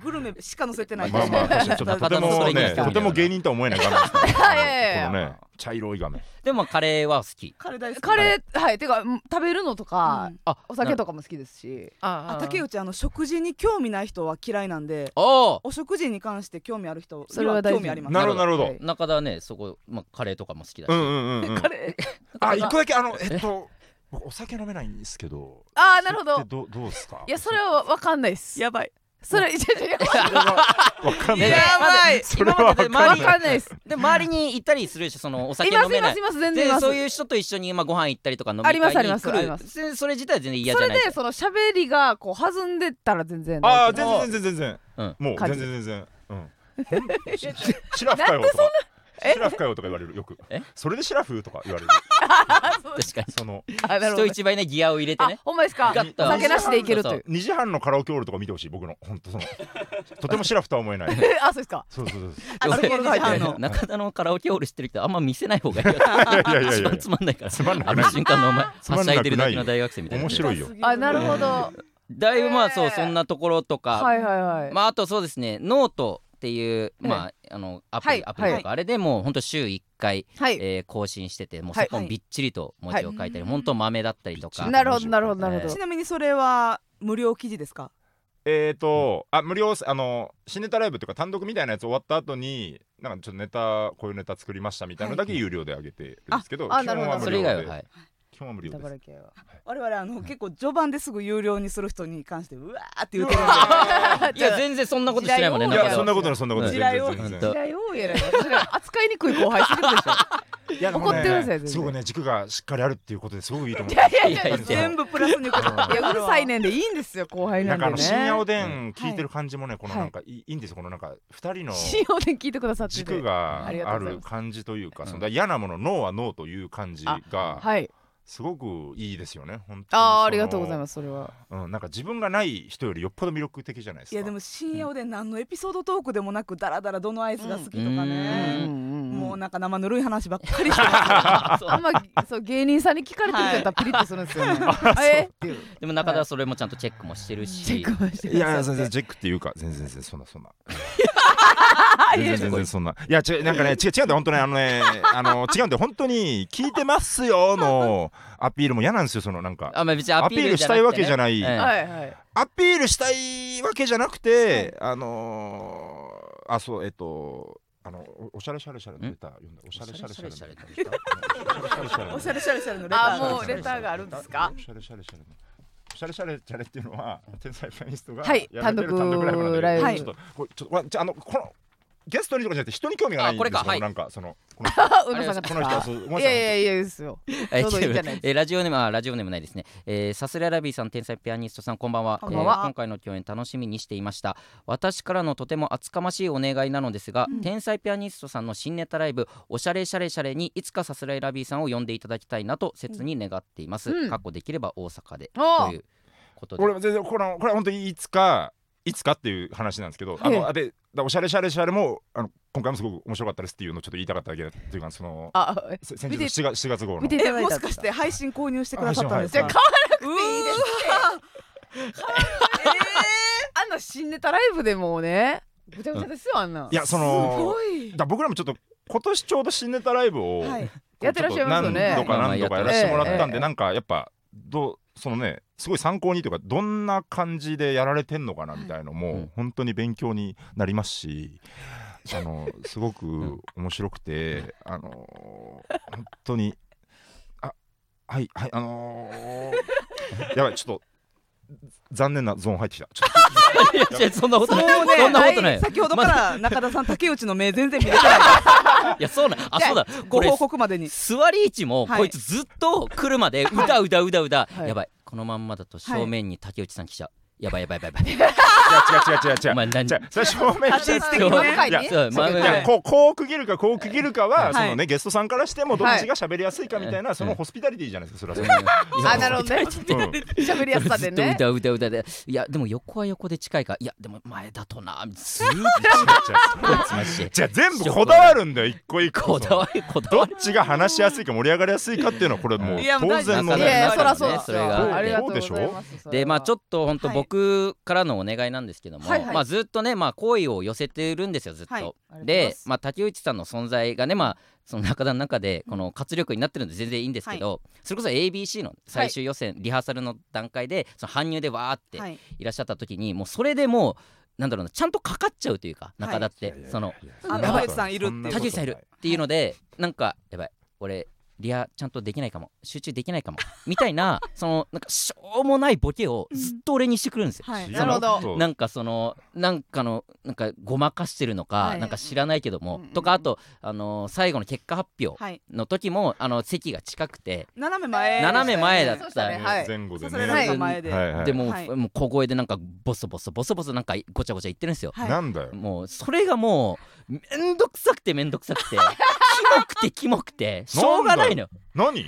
グルメしか載せてないまあまあ、 確かにちょっととてたもだのストレーね、トとても芸人とは思えない画面ですねいやいやいやこのね、茶色い画面。でもカレーは好きカレー大好きカレーはいてかうん食べるのとか、うんあお酒なとかも好きですしああ竹内あの食事に興味ない人は嫌いなんでおおお食事に関して興味ある人それは大事興味ありますなるほど、なるほど。中田はねそこ、まあ、カレーとかも好きだし、うんうんうんうん。カレーあ、一個だけ、あの、えっと、僕お酒飲めないんですけど。ああな るほそれっどてどう、どうですか。いやそれは分かんないですやばいそれいやいやいやそれは。 わかんいない。ば いれは今まででわ周分りかんないですで周りにいたりするでしょそのお酒い飲ますめいなまいすいます全然いでますそういう人と一緒に今ご飯行ったりとか飲みあ会りにま来るすありますありますそれそれ自体は全然嫌そじゃれないでその喋りがこう弾んでったら全然あ大あ、丈夫全然、全然、全然うん。もう、感全じ然、全然。うん。シラフかよとか。シラフかよとか言われる、よくえ。それでシラフとか言われる。確かにその。あなるほ人ど一倍ねギアを入れてあねほんまですかガッとお酒なしでいけるという2時半のカラオケオールとか見てほしい僕の本当そのとてもシラフとは思えない あそうですかそうそうあでアルコールが入ってる俺の中田のカラオケオール知ってる人あんま見せない方がいい よそういやいやいや一いや番つまんないからつまんなくないあの瞬間のお前はつまんなしくなゃいいでるだけの大学生みたいな面白いよあなるほどはだいぶまあそうえーそんなところとか、いはいはいまああとそうですねノートっていう、ええまあ、あのアプリ、はいアプリとはいか、あれでもうほんと週1回、はいえー更新しててもうはそいこにびっちりと文字を書いたり、ほんと豆だったりとか、あなるほどなるほどなるほどちなみにそれは無料記事ですかえーとあ無料あの新ネタライブというか単独みたいなやつ終わった後になんかちょっとネタこういうネタ作りましたみたいなのだけ有料であげてるんですけど、ああ基本なるはほどそ無れ以料外はで、はい基本は無料です系は我々あの結構序盤ですぐ有料にする人に関してうわーって言ってるんいや全然そんなことしてないもんね時い代中やを田そんはなことないそんなことない地雷を全本然全然嫌い多いやない それ扱いにくい後輩すぎるでしょいやでも怒ってください全ね然すごくね軸がしっかりあるっていうことですごくいいと思ういやいやいやで全部プラスにいくこといやうるさいねんでいいんですよ後輩ななんんでかあの深ね夜おでうん聞いてる感じもねこのなんかいいいいんですよこのなんか二人の深夜おでん聞いてくださって軸てがありがとうあございるま感じというか、うんそのだから嫌なもの脳は脳という感じがはいすごくいいですよね。本当に、あーありがとうございますすそれはうん。なんか自分がない人よりよっぽど魅力的じゃないですいか。やでも深夜おでん何のエピソードトークでもなくダラダラどのアイスが好きとかうねんうもうなんか生ぬるい話ばっかりし てあんまそう芸人さんに聞かれてる人やったらピリッとするんですよね。 えっていう。でも中田はそれもちゃんとチェックもしてるチェしックをしていやいやくだ全さって然チェックっていうか全然全然そんなそんな全然全然そん ないや違うなんかね違う違うんだよ本当ねあのねあの違うんだよ本当に聞いてますよのアピールも嫌なんですよそのなんかあまあ別にアピールじゃなくてねアピールしたいわけじゃないええはいはい。アピールしたいわけじゃなくて、あのー、あそうえっとあのおおしゃれしゃれしゃれのんレター読んだおしゃれしゃれしゃれのレターおしゃれしゃれしゃれのレタあーもうレターがあるんですかおしゃれしゃれしゃれのおしゃれしゃれしゃれっていうのは天才ピアニストがはいやられてる単独単独ライブなんだけどラちょっとこれちょっとわじゃああのこのゲストにとかじゃなくて人に興味がないんですよあこれかはいなんかそのこの人あうるさかっこたの人はか。そうごめんないさやいいやいやですよ。えちょうどいいじゃないですか えラジオネームあラジオネームないですね、えー、サスレラビーさん天才ピアニストさんこんばんはこんばんはえー今回の共演楽しみにしていました私からのとても厚かましいお願いなのですが、天才ピアニストさんの新ネタライブおしゃれしゃれしゃれにいつかサスレラビーさんを呼んでいただきたいなと切に願っています、うんかっこできれば大阪でおということで俺も全然このこれは本当にいつかいつかっていう話なんですけど、あええのあでだおしゃれしゃれしゃれもあの今回もすごく面白かったですっていうのをちょっと言いたかっただけだっていうかそのあせ先見て日7月7月号の見ていえただいもたんしでかすして配信購入してくださったんですじゃああ配か信買わなくていいですって。あんな新ネタライブでもうね。ぐちゃぐちゃですよあんな。いやそすのごいだ僕らもちょっと今年ちょうど新ネタライブを、はいやってらっしゃいますよね何度か何度かやらせてもらったんええで、なんかやっぱどうそのねすごい参考にというかどんな感じでやられてんのかなみたいのも、うん本当に勉強になりますし。あのすごく面白くて、あの本当にあはいはいあのーやばいちょっと残念なゾーン入ってきたちょっといや いやそんなことないもうねそんなことないはい先ほどかまら中田さん竹内の目全然見れてないいやそうなんあじゃあそうだ こごれ報告までに座り位置もはいこいつずっと来るまでうだうだうだうだ、はいやばいこのまんまだと正面に竹内さん来ちゃう、やばいやばいやばいやばい違う違う違う違う違お前何う違う最初正面立ち位置的にねいやそうまあいまあやこうこう区切るかこう区切るかは、いそのねゲストさんからしてもどっちが喋りやすいかみたいな、はいそのホスピタリティじゃないですかそれはうんあなるほどね。その、うん喋りやすさずでっとねう。だうだうだでいやでも横は横で近いからいやでも前だと なずーっとこいつマジでじゃあ 全部こだわるんだよ一個一個こだわりこだどわっりちが話しやすいか盛り上がりやすいかっていうのはこれもういやもう当然のといねやいやなかそならかそうですそれよ。がありがとうございます。それはでまあちょっと本当はい僕からのお願いなんですけども、はいはいまあずっとねまあ好意を寄せてるんですよずっと。はいありがとうございでますまあ竹内さんの存在がねまあその中田の中でこの活力になってるので全然いいんですけど、それこそ ABC の最終予選、リハーサルの段階でその搬入でわーってはいいらっしゃった時にもうそれでもうなんだろうなちゃんとかかっちゃうというかはい中田って、そのあの竹内さんいるっていう竹内さんいるっていうので、なんかやばい俺リアちゃんとできないかも集中できないかもみたいなそのなんかしょうもないボケをずっと俺にしてくるんですよ。はいなるほどなんかそのなんかのなんかごまかしてるのか、はいなんか知らないけども、うんうんとかあとあのー最後の結果発表はいの時も、あの席が近くて、斜め前斜め前だったそうしたねはい。前後でさすがにねなんか前で、はいはいでも,、はいもう小声でなんかボソボソボソボソなんかごちゃごちゃ言ってるんですよ。はいなんだよもうそれがもうめんどくさくてめんどくさ くてキモくてキモくてしょうがないのよ何い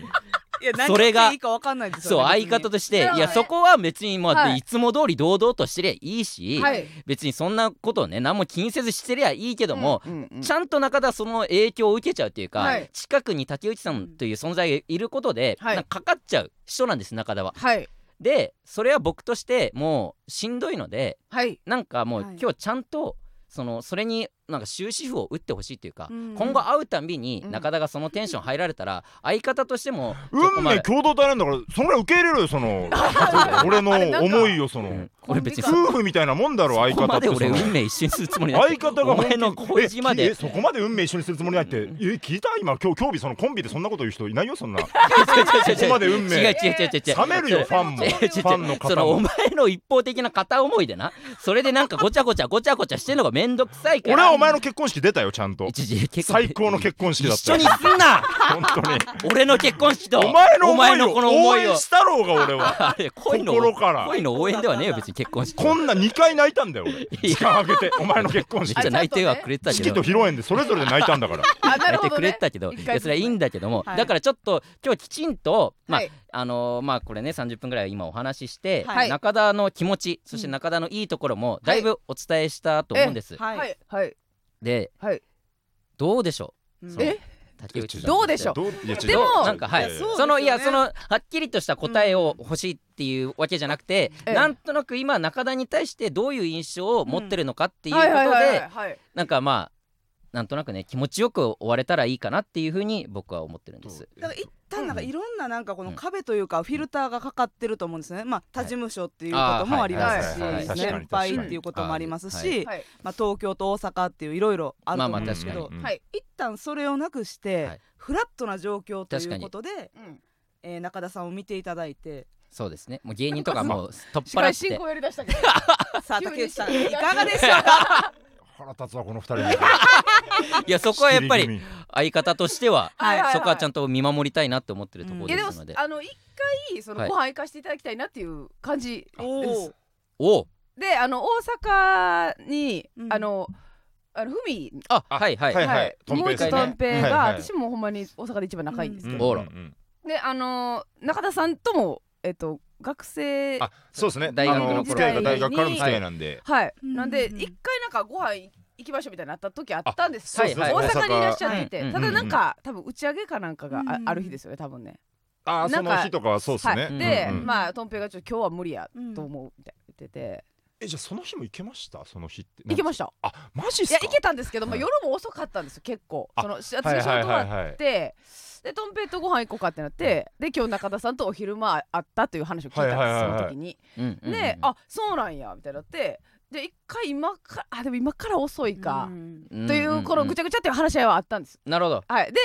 や何それが言っていいかわかんないですそようね相方別として、なるほいどねやそこは別にまあ、はいい、つも通り堂々としてりゃいいし、はい。別にそんなことをね何も気にせずしてりゃいいけども、うんうんちゃんと中田はその影響を受けちゃうというか、はい近くに竹内さんという存在がいることで、はいなんかかかっちゃう人なんです中田は。はいでそれは僕としてもうしんどいのではい。なんかもう、はい今日ちゃんとそのそれになんか終止符を打ってほしいというか、うん今後会うたんびにうん中田がそのテンション入られたら、相方としてもちょっと運まあ命共同体なんだからそのぐらい受け入れろよそ の俺の思いをそうんの俺別にそ夫婦みたいなもんだろ相ここ方まってでその俺運命一緒にするつもりない相方がお前の恋路まえでえそこまで運命一緒にするつもりないってえ聞いた今今日今日日そのコンビでそんなこと言う人いない よそんな冷そこまで運命違う違う違う違う違うめるよフ ァンも違うフ違う違うァンのそ方のおも前の一方的な片思いでなそれでなんかごちゃごちゃごちゃごちゃしてんのがめんどくさいから俺はお前の結婚式出たよちゃんと一時結婚最高の結婚式だっ一た緒よにすんな本 当に俺の結婚式とお前のお前の思こいのを応思いを援したろうが俺は あれ恋の心から恋の応援ではねえよ別に結婚式こんな2回泣いたんだよ俺時間あげてお前の結婚めっ式ちゃ泣いてはくれてたけ式どと披露宴でそれぞれで泣いたんだからあなやるっほてどくねれてたけど、一い回やそれはいいんだけども、はいだからちょっと今日きちんと、まあはいあのーまあこれね30分ぐらい今お話しして、はい中田の気持ちそして中田のいいところもだいぶお伝えしたと思うんです、にはい、はいはいではい。どうでしょううんそのえ竹内さんどうでしょうどういやでも違うなんかはいいやいやいやそうですそのいやよそねのはっきりとした答えを欲しいっていうわけじゃなくて、ええなんとなく今中田に対してどういう印象を持ってるのかっていうことはで、いはいはいはいはいなんかまあなんとなくね気持ちよく終われたらいいかなっていうふうに僕は思ってるんです。だから一旦なんかうんいろんななんかこのうん壁というかフィルターがかかってると思うんですね、まあ、他事務所っていうこあーともありまはいはいはいすはしい先輩っていうこともあります確かし、はいまあ、東京と大阪っていういろいろあると思うんですまけあまあど確かにはい一旦それをなくしはていフラットな状況ということで、えー中田さんを見ていただ いてそうですね。もう芸人とかもう取っ司払会っ進て行やりだした けどさあ急に竹内さんいかがでしょうか腹立つわこの二人いやそこはやっぱ仕切り組相方としてははいはいはいそこはちゃんと見守りたいなって思ってるところいやででもすので、あの一回そはのいご飯行かせていただきたいなっていう感じおーおうであの大阪にうんあのあのふみああはいはい、はいとんもうぺいさ一個んねとんぺいがはいはい私もほんまに大阪で一番仲いいんですけどおらうんうんうんであのー中田さんともえっと学生あそうですね大学の頃あ付き合いが大学からの付き合いなんで、はいうんなんでうん一回なんかご飯行きましょうみたいになった時あったんですあけどそうそう大阪にいらっしゃってうんうてんただなんか多分打ち上げかなんかがあうんある日ですよね多分ねあーそなんのか日とかはそうですね、はいでうんうんまあとんぺいがちょっと今日は無理やと 思うみたいな言っててえじゃあその日も行けましたその日って行けまししたたあマジっいすやか行けたんですけどまあはい夜も遅かったんですよ結構あその私が仕はい事はい終はいわはっいてでとんぺいとご飯行こうかってなってで今日中田さんとお昼間あったという話を聞いはいたはいはいんはいですその時にうんうんうんで、あそうなんやみたいになってで一回今からあでも今から遅いか、うんうんというこのんぐちゃぐちゃっていう話し合いはあったんです。なるほどはい、で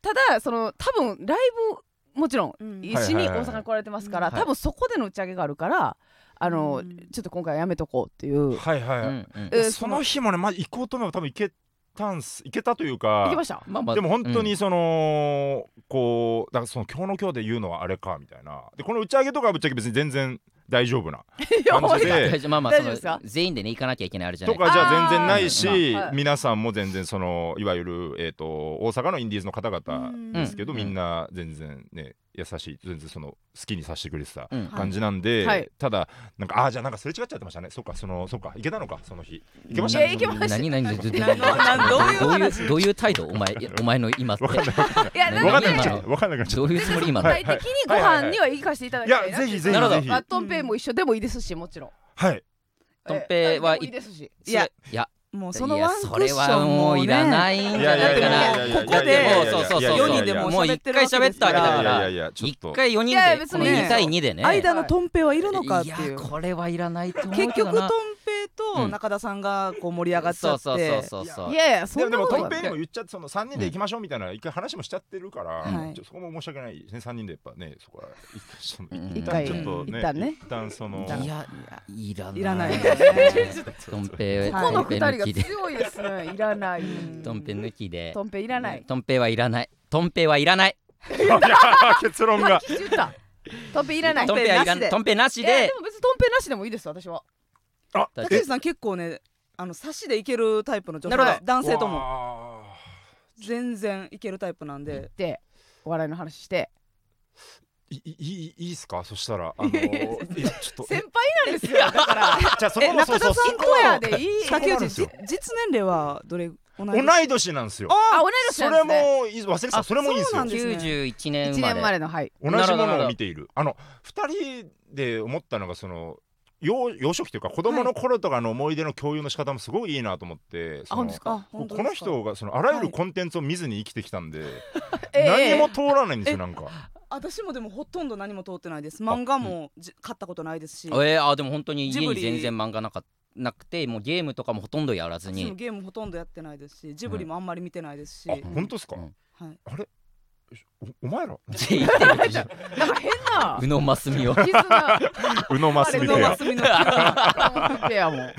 ただその多分ライブもちろんうん一はい緒に大阪に来られてますから、はい多分そこでの打ち上げがあるからあの、うんちょっと今回はやめとこうっていう。はいはい、うはんいうんえーその日もねまあ行こうと思えば多分行けたんす行けたという行かきましたまあまあでも本当うんにその、こうだからその今日の今日で言うのはあれかみたいなでこの打ち上げとかはぶっちゃけ別に全然大丈夫な 感じで大丈夫まあまあ大そ丈夫ですかの全員でね行かなきゃいけないあれじゃなといかかじゃあーあ全然ないし、うんはい皆さんも全然そのいわゆる、えー、と大阪のインディーズの方々ですけど、うんみんな全然ね優しい全然その好きにさせてくれてたうん感じなんで、はいただなんかああじゃあなんかすれ違っちゃってましたねそっかそのそっかいけたのかその日いけましたいねやいけました何何どうなどういういうどういう態度お前いやお前の今ってわかんなくなっいやちゃなったわかんかんなくなっちねゃったわかんなくなっちゃどっういうつもり今の具体的にご飯には行かせていただたいきやたいなぜひぜなるひほどぜひまあとんぺいも一緒でもいいですしもちろんはいとんぺいはえーいいですしいやいやもうそそののワンクそッれシはョンももうねいらないんじゃないかいやいやいやいやなここでもうそうそうそう四人でもう喋ってるわけですからもう一回喋ったわけだからいやいやいやちょっ一と回4人いやいやで別こにのね2対2でね間のトンペはいるのかっいていやうこれはいらないと思うけ結ど局なトンペと中田さんがこう盛り上がっちゃそうっそてうそうそうそういやいやでそもんでなもこととんはぺいにも言っちゃってその3人で行きましょうみたいな一回話もしちゃってるから、はいちょそこも申し訳ないですね3人でやっぱねそこは一う旦ん一旦ちょっとね一回ね一旦そ のいやいらないいらない トンペここのトンペ二人抜がきで強いですねいらないトンペ抜きでとんぺいいらないトンペはいらないトンペはいらないいや結論が言ったトンペいらないトンペはいらないトンペなしいやででも別にトンペなしでもいいです私はあ竹内さん結構ねあの差しでいけるタイプの女性なるほ男性ともも全然いけるタイプなんででお笑いの話していいいいいっすかそしたらあ のーいやちょっと先輩なんですよだからじゃあそこえもそう中そ田うさそんうと小屋でいい竹内そじこなん実年齢はどれ同同い年なんですよあ同い年そなれんもですねい忘れてたそれもいいんですそうなよんです91年一生ま年れ生まれのはい同なるじほどもなるほのどを見ているあの2人で思ったのがその幼幼少期というか子供の頃とかの思い出の共有の仕方もすごいいいなと思って、その本当ですかあこ本当この人がそのあらゆるコンテンツを見ずに生きてきたんで、何も通らないんですよなんか、私もでもほとんど何も通ってないです漫画もじ買ったことないですしえー、あでも本当にジ家ブにリ全然漫画なかっなくてもうゲームとかもほとんどやらず 私もにゲームほとんどやってないですしジブリもあんまり見てないですし、あ本当ですか、うんはい、おお前らって言ってるでし ょなんか変な宇野真澄を絆宇野真澄宇野ペ真ア澄のペアトンペやもん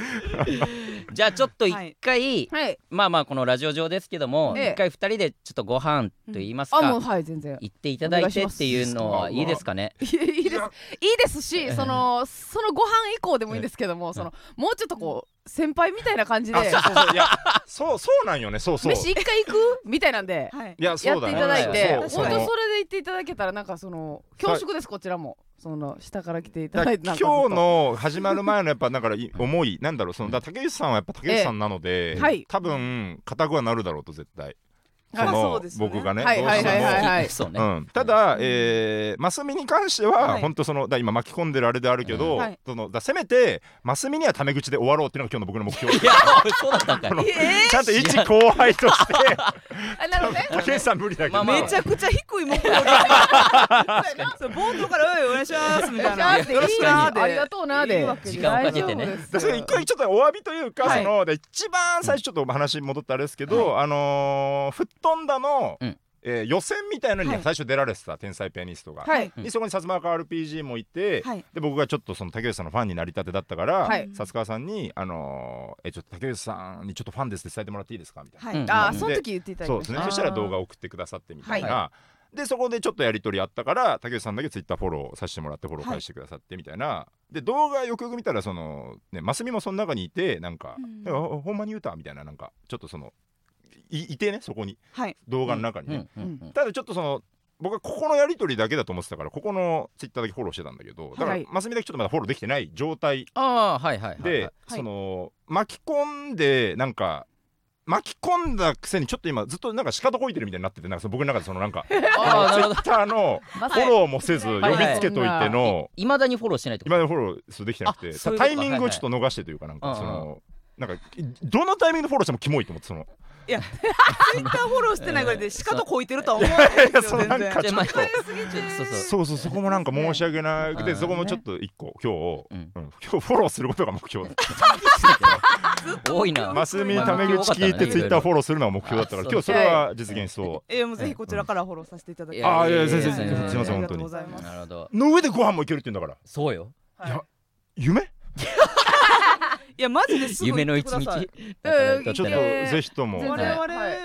じゃあちょっと一回、はいまあまあこのラジオ上ですけども一、ええ回二人でちょっとご飯と言いますあか、もうはい全然行っていただいてお願いしまっすていうのはいいですかねいいですいいですしそのそのご飯以降でもいいんですけどもそのもうちょっとこう先輩みたいな感じであそうそうそういやそうそうなんよねそうそう飯い一回行くみたいなんではいややそっうだていねただいて、そう本当そうそそれでの行っていただけたらなんかその恐縮ですこちらもその下から来ていただだいて今なん日かずっとの始まる前のやっぱだからい思いなんだろうそのだから竹内さんはやっぱ竹内さんなので、えはい多分固くはなるだろうと絶対そまあそうのですよね僕がねどうはしいてはいはいはいも。はいそうね、うん、ただ、えー、マスミに関しては、はい本当そのだから今巻き込んでるあれであるけど、うんはいそのだからせめてマスミにはタメ口で終わろうっていうのが今日の僕の目標いやおいそうだったんかいこのえちゃんと一後輩としてあなるほどねおけんさん無理だけど、まあーまあめちゃくちゃ低い目標でそう冒頭から「おいお願いします」みたいなあやってい確いかなにーでありがとうなーいいわでけ時間をかけてね大丈夫ですでそれ一回ちょっとお詫びというか、はいそので一番最初ちょっとお話戻ってあれですけど、あのー吹っ飛んだの、うんえー予選みたいのにはい最初出られてた、天才ピアニストが、はいうんでそこに薩摩川 RPG もいて、はいで僕がちょっとその竹内さんのファンになりたてだったから、はい薩川さんに「あのーえちょっと竹内さんにちょっとファンです」って伝えてもらっていいですかみたいな、はういんあーその時言っていただきそうまでしすたねそしたら動画送ってくださってみたいな、はでそこでちょっとやり取りあったから竹内さんだけツイッターフォローさせてもらってフォロー返してくださってみたいな、で動画よくよく見たらそのねマスミもその中にいてなんか「うんあほんまに言うた」みたいななんかちょっとそのいいてねそこにはい動画の中にね、うんうんうんただちょっとその僕はここのやり取りだけだと思ってたからここのツイッターだけフォローしてたんだけどだからはいマスミだけちょっとまだフォローできてない状態ああはいはいはい、はい、で、はいその巻き込んでなんか巻き込んだくせにちょっと今ずっとなんか鹿どこいてるみたいになっててなんかその僕の中でそのな んかああなツるイほどッターのまフさォにローもせず呼びつけといてのいまだにフォローしてないってこ今とまでフォローするできてなくてあそういうことタかイミングをちょっと逃してというかなんはかいはそいのなんかどのタイミングでフォローしてもキモいと思ってそのツイッターフォローしてないぐらいで鹿とこいてるとは思わないですいやよそうなん全然かちょっとそうそうそうそうそこもなんか申し訳なくうてんそこもちょっと一個今日うんうん今日フォローすることが目標多いなマスミタメ口聞いてツイッターフォローするのが目標だったからあ今日それは実現しそうえーもうぜひこちらからフォローさせていただきああいや全全然然すすいいまませせんんあ本当りがとうごにざいますなるほどの上でご飯もいけるって言うんだからそうよ夢いやマジですぐ夢言のって一く日ださいうんちょっといやぜひとも全我然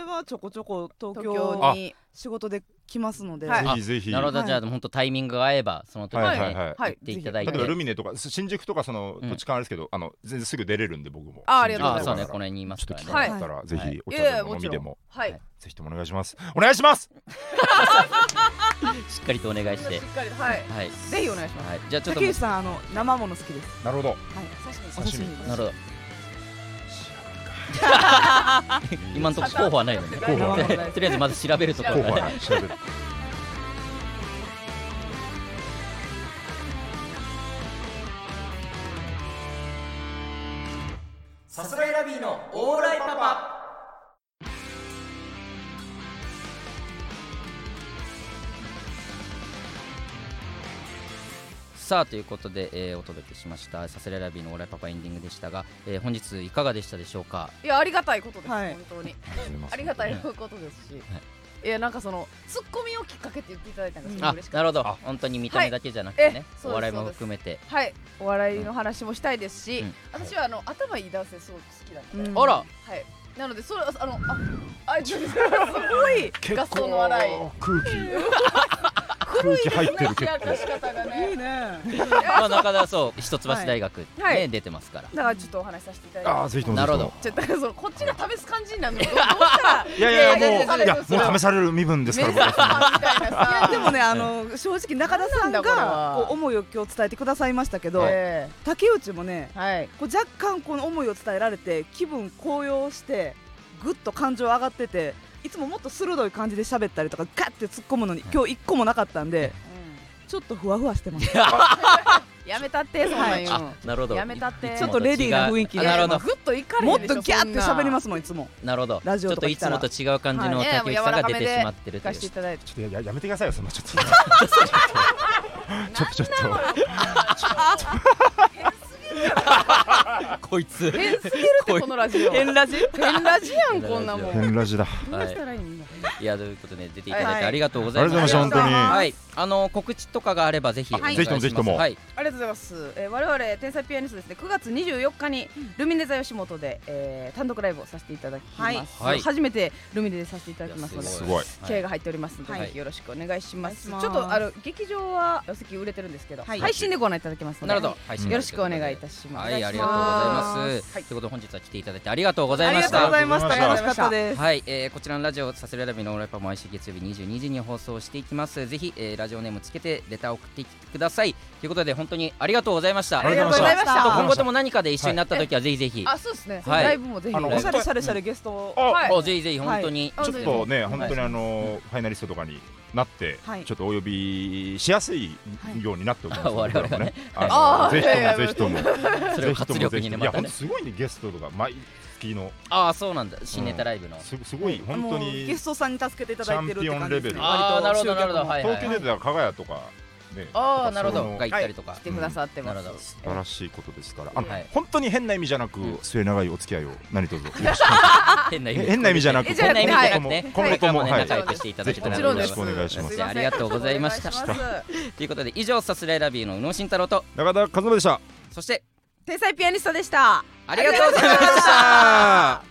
々はちょこちょこ東東京京に仕事で来ますので、はいぜひぜひなるほど、はいじゃあ本当タイミングが合えばその時に、ねはいはいはい行はっいていただ例いえて、ばルミネとか新宿とかそのうん土地勘あれですけどあの全然すぐ出れるんで僕もあありがとうあごあざいそうますねこのね辺にいまちすょっとから機ね会あったらぜひお茶いやいでやもも飲ちろみんでもはいぜひともお願いしますお願いしますしっかりとお願いしてっかりはいはい、ぜひお願いしまはい、じゃあちょっと竹内さんあの生もの好きですなるほどはい刺身刺身ですなるほど今のところ候補はないよね候補はないとりあえずまず調べるところ候か補らは調べるさすらいラビーのオーライパパさあということで、えーお届けしましたサスレラビーのオーライパパエンディングでしたが、えー本日いかがでしたでしょうかすいやありがたいことですはい本当にありがとうございますありがたいことですしはいいやなんかそのツッコミをきっかけって言っていただいたのがすごいあ嬉しなかっるほどあ本当に見た目だけじゃなくてはいえねそうで、すお笑いも含めて たはいお笑いの話もしたいですしうん私はあの頭いい男性すごく好きだったのでうんあらはいなのでそれあのああいつすごいガストの笑い空気古いです空気入ってる結構ね開かし方がいいねねまあ中田そう一橋大学ね、 はい出てますからだからちょっとお話しさせていただいてああぜひともなるほどちょっとだからそのこっちが試す感じになるのどうどうしたらいやいやいやもういやいいややもう試される身分です目か指らす僕はかみたいなさでもねあの正直中田さんなんだこれがはこう思いを今日伝えてくださいましたけど、え竹内もねえはいこう若干この思いを伝えられて気分高揚してぐっと感情上がってていつももっと鋭い感じで喋ったりとかガッて突っ込むのに今日一個もなかったんでちょっとふわふわしてますやめたってそんなん言うのあなるほどやめたってちょっとレディーな雰囲気あなるほいやどグッといかれもへっんでしょとギャーって喋りますすもんいつもなるほどラジオちょっとかとい来つたらもと違う感じのはい竹内さんが出てしまってる行といかうせていただいてちょっといやいややめてくださいよそんなちょっとちょっとちょっとこいつ変すぎるってこのラジオ変ラジ変ラジやんこんなもん変ラジだどうしたらいいんだいやということで出ていただいはいてありがとうございまありがとうごしざたいました本当にはいあの告知とかがあればぜひお願いしますぜひともぜひともはいありがとうございます、えー、我々天才ピアニストですね9月24日にルミネ座吉本で、えー、単独ライブをさせていただきます、はいはい初めてルミネでさせていただきますのでやすごい気合が入っておりますので、はいぜひよろしくお願いします,、お願いしちょまっすとあの劇場はお席売れてるんですけど、はい配信でご覧いただきますのでなるほど配信よろしくお願いいたしますはいありがとうございまます。とはいいうことで本日は来ていただいてありがとうござあいりまがしとうごた。ざいました。ありがと楽うしございまかっしたたです。はい、えーこちらのラジオさすらいラビのオーライパも毎週月曜日22時に放送していきます。ぜひ、えーラジオネームつけてレターを送ってきてください。ということで本当にありがとうございました。ありがとうございましたあと今後とも何かで一緒になった時はぜひぜひ。あそうですね、はいライブもぜひあのおしゃ本当れにしゃれしゃれゲストを。あはいおぜひぜひ本当に。はいちょっとね、はい本当にあのファイナリストとかになって、はいちょっとお呼びしやすいようになっております、はい僕ら もね。ああのぜ我々がねあーひともぜひとも。それを活力ぜひにねともいまたや本ね。当すごいねゲストとか毎月のああそうなんだ。新ネタライブの。すすごい本当もうにゲストさんに助けていただいてるって感じですチね。ャンピオンレベルああなるほどなるほど。集客もはいは東京い。で出たら加賀屋とかね。ああななんるかそほのど。が行ったりとか来。てくださってます、なるほど素晴らしいことですから、あの、はい本当に変な意味じゃなく、うん末永いお付き合いを何卒よろしくお願いしま す変な意味。変な意味じゃなくえじゃなくて今後ともはい今後と今も、後ともねはい仲良くしていただけたらぜひとよ思ろいますしくお願いしもまちろんですすありがとうございました。お願いしますということで以上さすらいラビーの宇野慎太郎と中 田和馬でしたそして天才ピアニストでしたありがとうございました。